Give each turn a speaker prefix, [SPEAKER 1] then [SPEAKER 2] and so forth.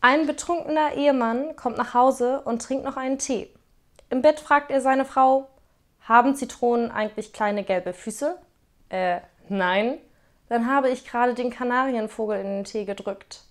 [SPEAKER 1] Ein betrunkener Ehemann kommt nach Hause und trinkt noch einen Tee. Im Bett fragt er seine Frau, haben Zitronen eigentlich kleine gelbe Füße? Äh, nein. Dann habe ich gerade den Kanarienvogel in den Tee gedrückt.